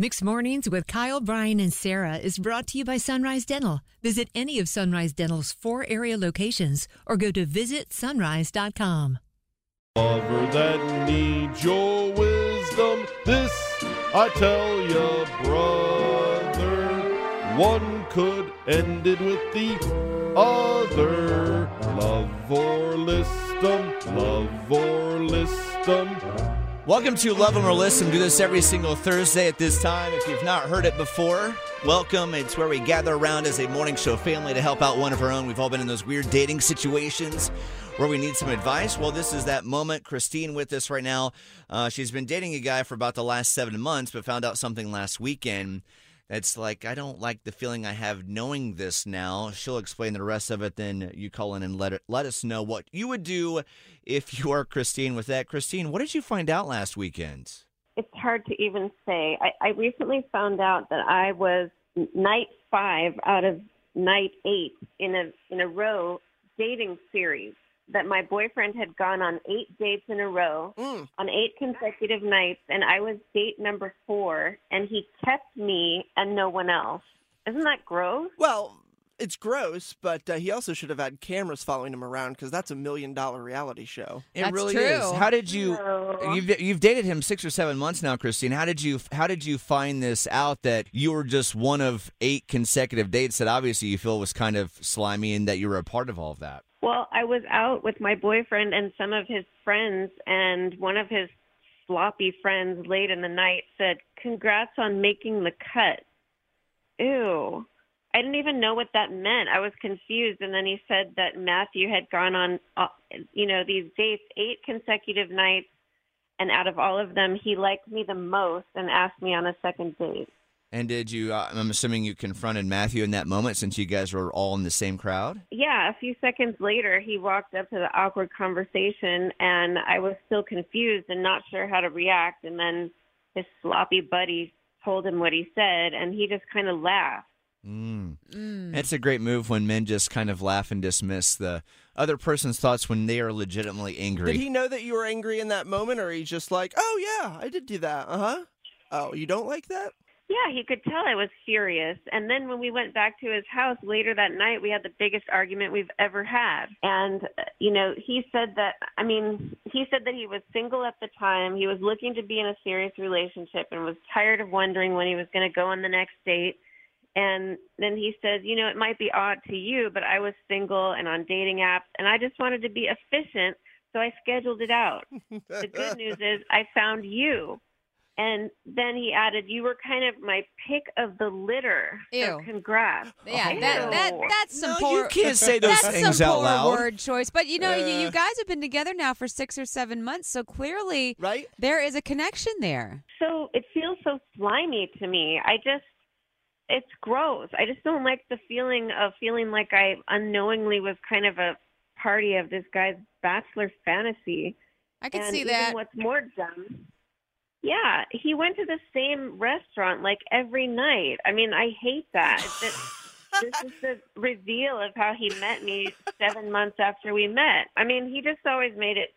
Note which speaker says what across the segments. Speaker 1: Mixed Mornings with Kyle, Brian, and Sarah is brought to you by Sunrise Dental. Visit any of Sunrise Dental's four area locations or go to visitsunrise.com.
Speaker 2: Lover that needs your wisdom, this I tell ya, brother. One could end it with the other. Love or listum, love or listum.
Speaker 3: Welcome to Love 'em or List 'em. Do this every single Thursday at this time. If you've not heard it before, welcome. It's where we gather around as a morning show family to help out one of our own. We've all been in those weird dating situations where we need some advice. Well, this is that moment. Christine with us right now. Uh, she's been dating a guy for about the last seven months, but found out something last weekend. That's like, I don't like the feeling I have knowing this now. She'll explain the rest of it. Then you call in and let, it, let us know what you would do if you are Christine with that. Christine, what did you find out last weekend?
Speaker 4: it's hard to even say. I, I recently found out that I was night five out of night eight in a in a row dating series. That my boyfriend had gone on eight dates in a row on eight consecutive nights, and I was date number four, and he kept me and no one else. Isn't that gross?
Speaker 5: Well, it's gross, but uh, he also should have had cameras following him around because that's a million dollar reality show.
Speaker 3: It
Speaker 6: That's
Speaker 3: really
Speaker 6: true.
Speaker 3: is. How did you?
Speaker 4: No.
Speaker 3: You've, you've dated him six or seven months now, Christine. How did you? How did you find this out that you were just one of eight consecutive dates that obviously you feel was kind of slimy and that you were a part of all of that?
Speaker 4: Well, I was out with my boyfriend and some of his friends, and one of his sloppy friends late in the night said, Congrats on making the cut. Ew. I didn't even know what that meant. I was confused. And then he said that Matthew had gone on, uh, you know, these dates eight consecutive nights. And out of all of them, he liked me the most and asked me on a second date.
Speaker 3: And did you? Uh, I'm assuming you confronted Matthew in that moment since you guys were all in the same crowd.
Speaker 4: Yeah, a few seconds later, he walked up to the awkward conversation, and I was still confused and not sure how to react. And then his sloppy buddy told him what he said, and he just kind of laughed.
Speaker 3: Mm. It's a great move when men just kind of laugh and dismiss the other person's thoughts when they are legitimately angry.
Speaker 5: Did he know that you were angry in that moment, or he's just like, "Oh yeah, I did do that." Uh huh. Oh, you don't like that?
Speaker 4: Yeah, he could tell I was furious. And then when we went back to his house later that night, we had the biggest argument we've ever had. And, uh, you know, he said that, I mean, he said that he was single at the time. He was looking to be in a serious relationship and was tired of wondering when he was going to go on the next date. And then he said, you know, it might be odd to you, but I was single and on dating apps, and I just wanted to be efficient, so I scheduled it out the good news is I found you. And then he added, You were kind of my pick of the litter. So
Speaker 6: Ew.
Speaker 4: congrats.
Speaker 6: Yeah, that, that
Speaker 4: Ew.
Speaker 6: that's some
Speaker 3: Oh. No,
Speaker 6: poor.
Speaker 3: you can't say those
Speaker 6: that's
Speaker 3: things
Speaker 6: some
Speaker 3: out
Speaker 6: poor
Speaker 3: loud. Uh.
Speaker 6: word choice, but you know, you, you guys have been together now for six or seven months, so clearly
Speaker 5: Right?
Speaker 6: there is a connection there.
Speaker 4: So it feels so slimy to me. I just, it's gross. I just don't like the feeling of feeling like I unknowingly was kind of a party of this guy's bachelor fantasy.
Speaker 6: I can
Speaker 4: and
Speaker 6: see
Speaker 4: even
Speaker 6: that.
Speaker 4: what's more dumb, yeah, he went to the same restaurant like every night. I mean, I hate that. That- this is the reveal of how he met me seven months after we met. I mean, he just always made it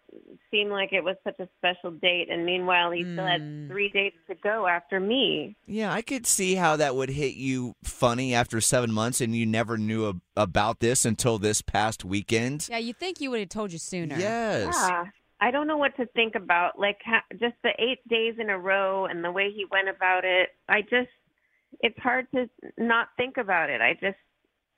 Speaker 4: seem like it was such a special date, and meanwhile, he still
Speaker 6: Hmm.
Speaker 4: had three dates to go after me.
Speaker 3: Yeah, I could see how that would hit you funny after seven months, and you never knew ab- about this until this past weekend.
Speaker 6: yeah, you think you would have told you sooner.
Speaker 3: Yes.
Speaker 4: Yeah. I don't know what to think about. Like ha- just the eight days in a row and the way he went about it. I just, it's hard to not think about it. I just,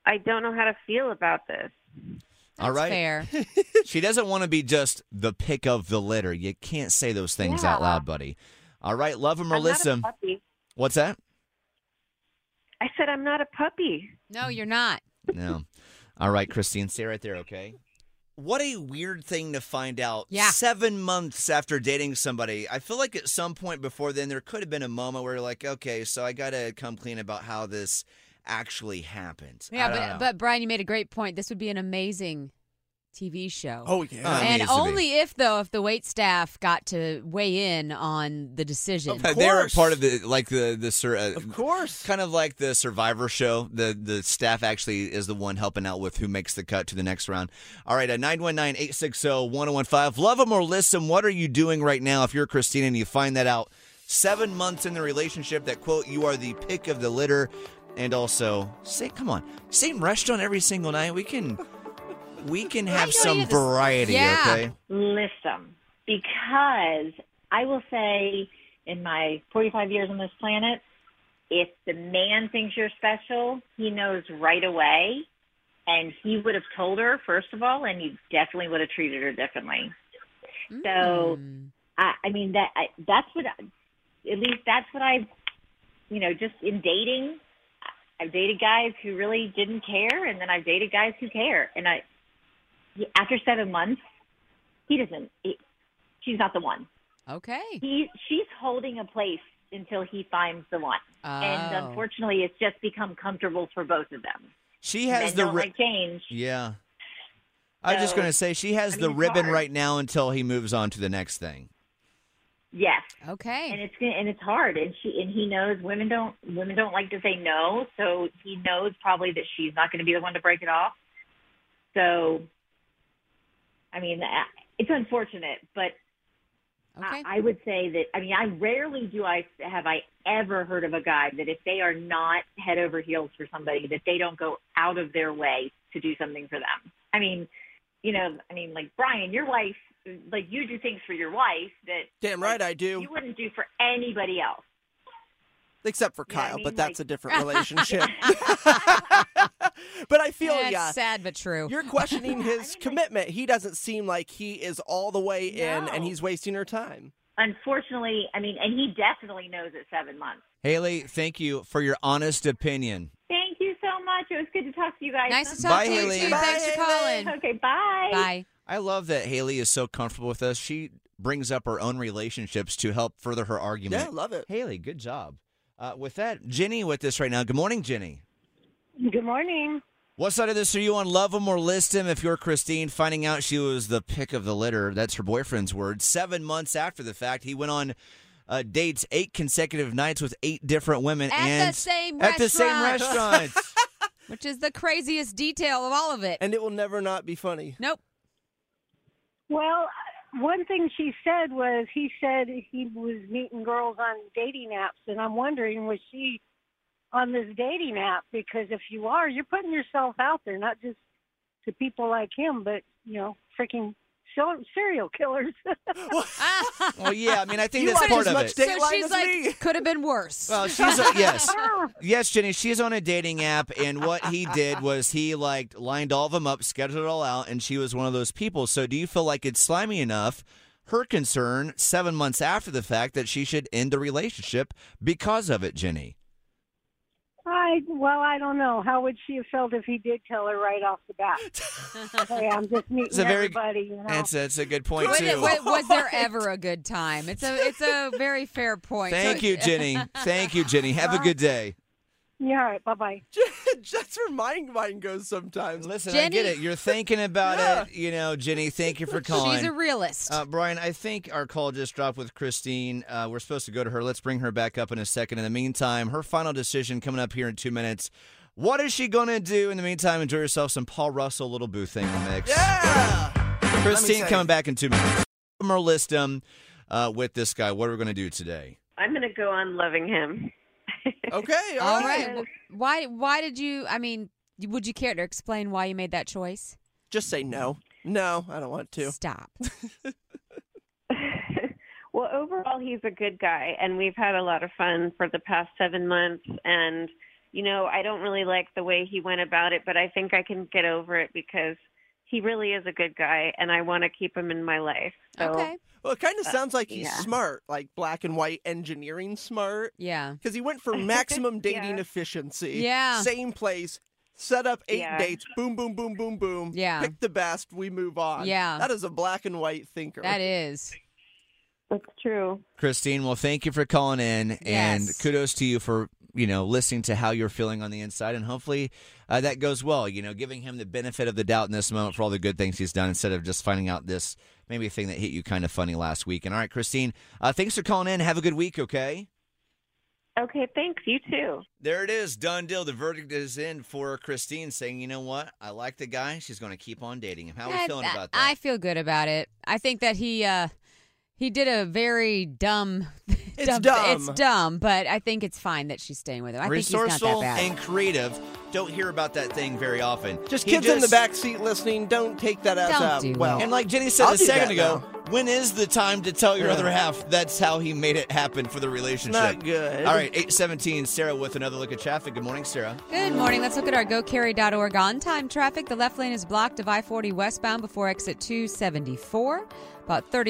Speaker 4: I don't know how to feel about this.
Speaker 6: That's
Speaker 3: All right.
Speaker 6: Fair.
Speaker 3: She doesn't want to be just the pick of the litter. You can't say those things out
Speaker 4: Yeah.
Speaker 3: loud, buddy. All right, love him or
Speaker 4: I'm
Speaker 3: list
Speaker 4: not a
Speaker 3: 'em.
Speaker 4: puppy.
Speaker 3: What's that?
Speaker 4: I said I'm not a puppy.
Speaker 6: No, you're not.
Speaker 3: No. All right, Christine, stay right there, okay? What a weird thing to find out
Speaker 6: Yeah.
Speaker 3: seven months after dating somebody. I feel like at some point before then, there could have been a moment where you're like, okay, so I got to come clean about how this actually happened. I
Speaker 6: Yeah,
Speaker 3: don't
Speaker 6: but
Speaker 3: know.
Speaker 6: but Brian, you made a great point. This would be an amazing TV show.
Speaker 5: Oh yeah.
Speaker 3: Uh, it
Speaker 6: and
Speaker 3: needs to be.
Speaker 6: only if though if the wait staff got to weigh in on the decision.
Speaker 5: Of
Speaker 3: they were
Speaker 5: course.
Speaker 3: part of the like the the sur- uh,
Speaker 5: of course.
Speaker 3: kind of like the Survivor show. The the staff actually is the one helping out with who makes the cut to the next round. All right, 919 860 1015. Love them or list them. What are you doing right now if you're Christina and you find that out seven months in the relationship that, quote, you are the pick of the litter. And also, say, come on, same restaurant every single night. We can. We can have
Speaker 6: don't
Speaker 3: some
Speaker 6: need to-
Speaker 3: variety,
Speaker 6: Yeah.
Speaker 3: okay?
Speaker 7: list them because I will say, in my 45 years on this planet, if the man thinks you're special, he knows right away. And he would have told her, first of all, and you definitely would have treated her differently. So-
Speaker 6: Mm.
Speaker 7: I, I mean, that I, that's what, I- at least that's what I, you know, just in dating, I- I've dated guys who really didn't care, and then I've dated guys who care. And I, after seven months, he doesn't. He, she's not the one.
Speaker 6: okay.
Speaker 7: He, she's holding a place until he finds the one. And
Speaker 6: Oh.
Speaker 7: unfortunately, it's just become comfortable for both of them.
Speaker 3: She has
Speaker 7: Men
Speaker 3: the
Speaker 7: don't
Speaker 3: ri-
Speaker 7: like change.
Speaker 3: yeah. I was just
Speaker 7: So,
Speaker 3: gonna say she has
Speaker 7: I
Speaker 3: the
Speaker 7: mean, it's
Speaker 3: ribbon
Speaker 7: hard.
Speaker 3: right now until he moves on to the next thing.
Speaker 7: Yes. and
Speaker 6: Okay.
Speaker 7: it's gonna and it's hard and she and he knows women don't women don't like to say no so he knows probably that she's not going to be the one to break it off so i mean I- it's unfortunate but
Speaker 6: Okay.
Speaker 7: I, I would say that i mean i rarely do i have i ever heard of a guy that if they are not head over heels for somebody that they don't go out of their way to do something for them i mean you know i mean like brian your wife like you do things for your wife that
Speaker 5: Damn right I do.
Speaker 7: you wouldn't do for anybody else
Speaker 5: Except for
Speaker 7: You know what I
Speaker 5: Kyle,
Speaker 7: mean?
Speaker 5: but that's
Speaker 7: Like-
Speaker 5: a different relationship. but I feel
Speaker 6: That's
Speaker 5: yeah.
Speaker 6: sad but true.
Speaker 5: You're questioning
Speaker 7: Yeah, I
Speaker 5: his
Speaker 7: mean, like-
Speaker 5: commitment. He doesn't seem like he is all the way in
Speaker 7: No.
Speaker 5: and he's wasting her time.
Speaker 7: unfortunately, I mean, and he definitely knows at seven months.
Speaker 3: Haley, thank you for your honest opinion.
Speaker 7: Thank you so much. It was good to talk to you guys.
Speaker 6: nice to talk
Speaker 3: Bye,
Speaker 6: to
Speaker 3: Haley.
Speaker 6: you too.
Speaker 5: Bye,
Speaker 6: Thanks for
Speaker 5: Haley.
Speaker 6: calling.
Speaker 7: Okay, bye.
Speaker 6: Bye.
Speaker 3: I love that Haley is so comfortable with us. She brings up her own relationships to help further her argument.
Speaker 5: Yeah, love it.
Speaker 3: Haley, good job. Uh, with that, Jenny with us right now. Good morning, Jenny.
Speaker 8: Good morning.
Speaker 3: What side of this are you on? Love him or list him? If you're Christine, finding out she was the pick of the litter, that's her boyfriend's word. Seven months after the fact, he went on uh, dates eight consecutive nights with eight different women
Speaker 6: At the
Speaker 3: and
Speaker 6: same
Speaker 3: at the same
Speaker 6: restaurant.
Speaker 3: restaurant.
Speaker 6: Which is the craziest detail of all of it.
Speaker 5: And it will never not be funny.
Speaker 6: nope.
Speaker 8: Well, uh, one thing she said was he said he was meeting girls on dating apps, and I'm wondering was she on this dating app? Because if you are, you're putting yourself out there, not just to people like him, but you know, freaking so- serial killers.
Speaker 3: well, yeah. I mean, I think
Speaker 5: You
Speaker 3: that's
Speaker 5: are
Speaker 3: part
Speaker 5: as
Speaker 3: of
Speaker 5: much
Speaker 3: it.
Speaker 5: Dateline
Speaker 6: so she's
Speaker 5: is
Speaker 6: like,
Speaker 5: me.
Speaker 6: could have been worse.
Speaker 3: Well, she's a, yes, yes, Jenny. She's on a dating app, and what he did was he like lined all of them up, scheduled it all out, and she was one of those people. So, do you feel like it's slimy enough? Her concern seven months after the fact that she should end the relationship because of it, Jenny.
Speaker 8: I well, I don't know. How would she have felt if he did tell her right off the bat? hey, I'm just meeting
Speaker 3: a very-
Speaker 8: everybody. You know?
Speaker 3: That's that's a good point
Speaker 6: was,
Speaker 3: too.
Speaker 6: it- wa- was there ever a good time? It's a it's a very fair point. So
Speaker 3: Thank you, Jenny. Thank you, Jenny. Have a good day.
Speaker 8: yeah, all right, bye bye.
Speaker 5: That's where mine mine goes sometimes.
Speaker 3: Listen, I
Speaker 6: Jenny-
Speaker 3: get it. You're thinking about it. You know, Jenny. Thank you for calling.
Speaker 6: She's a realist.
Speaker 3: Uh, Brian, I think our call just dropped with Christine. Uh, we're supposed to go to her. Let's bring her back up in a second. In the meantime, her final decision coming up here in two minutes. What is she going to do? In the meantime, enjoy yourself some Paul Russell Little Boo thing in the mix.
Speaker 5: Yeah.
Speaker 3: Christine
Speaker 5: say-
Speaker 3: coming back in two minutes. Or list them uh, with this guy. What are we going to do today?
Speaker 4: I'm going to go on loving him.
Speaker 5: Okay.
Speaker 6: All
Speaker 5: all right.
Speaker 6: right. Wh- Why why did you? I mean, would you care to explain why you made that choice?
Speaker 5: Just say no. No, I don't want to.
Speaker 6: Stop.
Speaker 4: well, overall, he's a good guy, and we've had a lot of fun for the past seven months. And, you know, I don't really like the way he went about it, but I think I can get over it because he really is a good guy, and I want to keep him in my life. So,
Speaker 6: Okay.
Speaker 5: Well, it kind
Speaker 6: Uh,
Speaker 5: of sounds like he's
Speaker 4: yeah.
Speaker 5: smart, like black and white engineering smart,
Speaker 6: Yeah.
Speaker 5: because he went for maximum dating
Speaker 4: Yeah.
Speaker 5: efficiency.
Speaker 6: Yeah.
Speaker 5: Same place. Set up eight
Speaker 4: Yeah.
Speaker 5: dates. Boom, boom, boom, boom, boom.
Speaker 6: Yeah.
Speaker 5: Pick the best. We move on.
Speaker 6: Yeah.
Speaker 5: That is a black and white thinker.
Speaker 6: That is.
Speaker 4: That's true.
Speaker 3: Christine, well, thank you for calling in, and
Speaker 6: Yes.
Speaker 3: kudos to you for you know listening to how you're feeling on the inside, and hopefully uh, that goes well. You know, giving him the benefit of the doubt in this moment for all the good things he's done, instead of just finding out this maybe thing that hit you kind of funny last week. And all right, Christine, uh, thanks for calling in. Have a good week, okay?
Speaker 4: Okay, thanks. You too.
Speaker 3: There it is, done deal. The verdict is in for Christine, saying, you know what, I like the guy. She's going to keep on dating him. How are we
Speaker 6: I-
Speaker 3: feeling
Speaker 6: I-
Speaker 3: about
Speaker 6: I
Speaker 3: that?
Speaker 6: feel good about it. I think that he uh He did a very dumb.
Speaker 5: It's dumb.
Speaker 6: It's dumb, but I think it's fine that she's staying with him. I think he's not
Speaker 3: Resourceful
Speaker 6: that bad.
Speaker 3: and creative. Don't hear about that thing very often.
Speaker 5: Just
Speaker 3: He
Speaker 5: kids in the back seat listening. Don't take that as
Speaker 6: Don't
Speaker 5: a
Speaker 6: do
Speaker 5: well.
Speaker 6: that.
Speaker 3: And like Jenny said
Speaker 5: I'll
Speaker 3: a
Speaker 5: do
Speaker 3: second
Speaker 5: that
Speaker 3: ago, when is the time to tell your
Speaker 5: Yeah.
Speaker 3: other half that's how he made it happen for the relationship?
Speaker 5: Not good.
Speaker 3: All right, 817, Sarah with another look at traffic. Good morning, Sarah.
Speaker 6: Good morning. Let's look at our GoCarry.org on time traffic. The left lane is blocked of I 40 westbound before exit 274. About 30.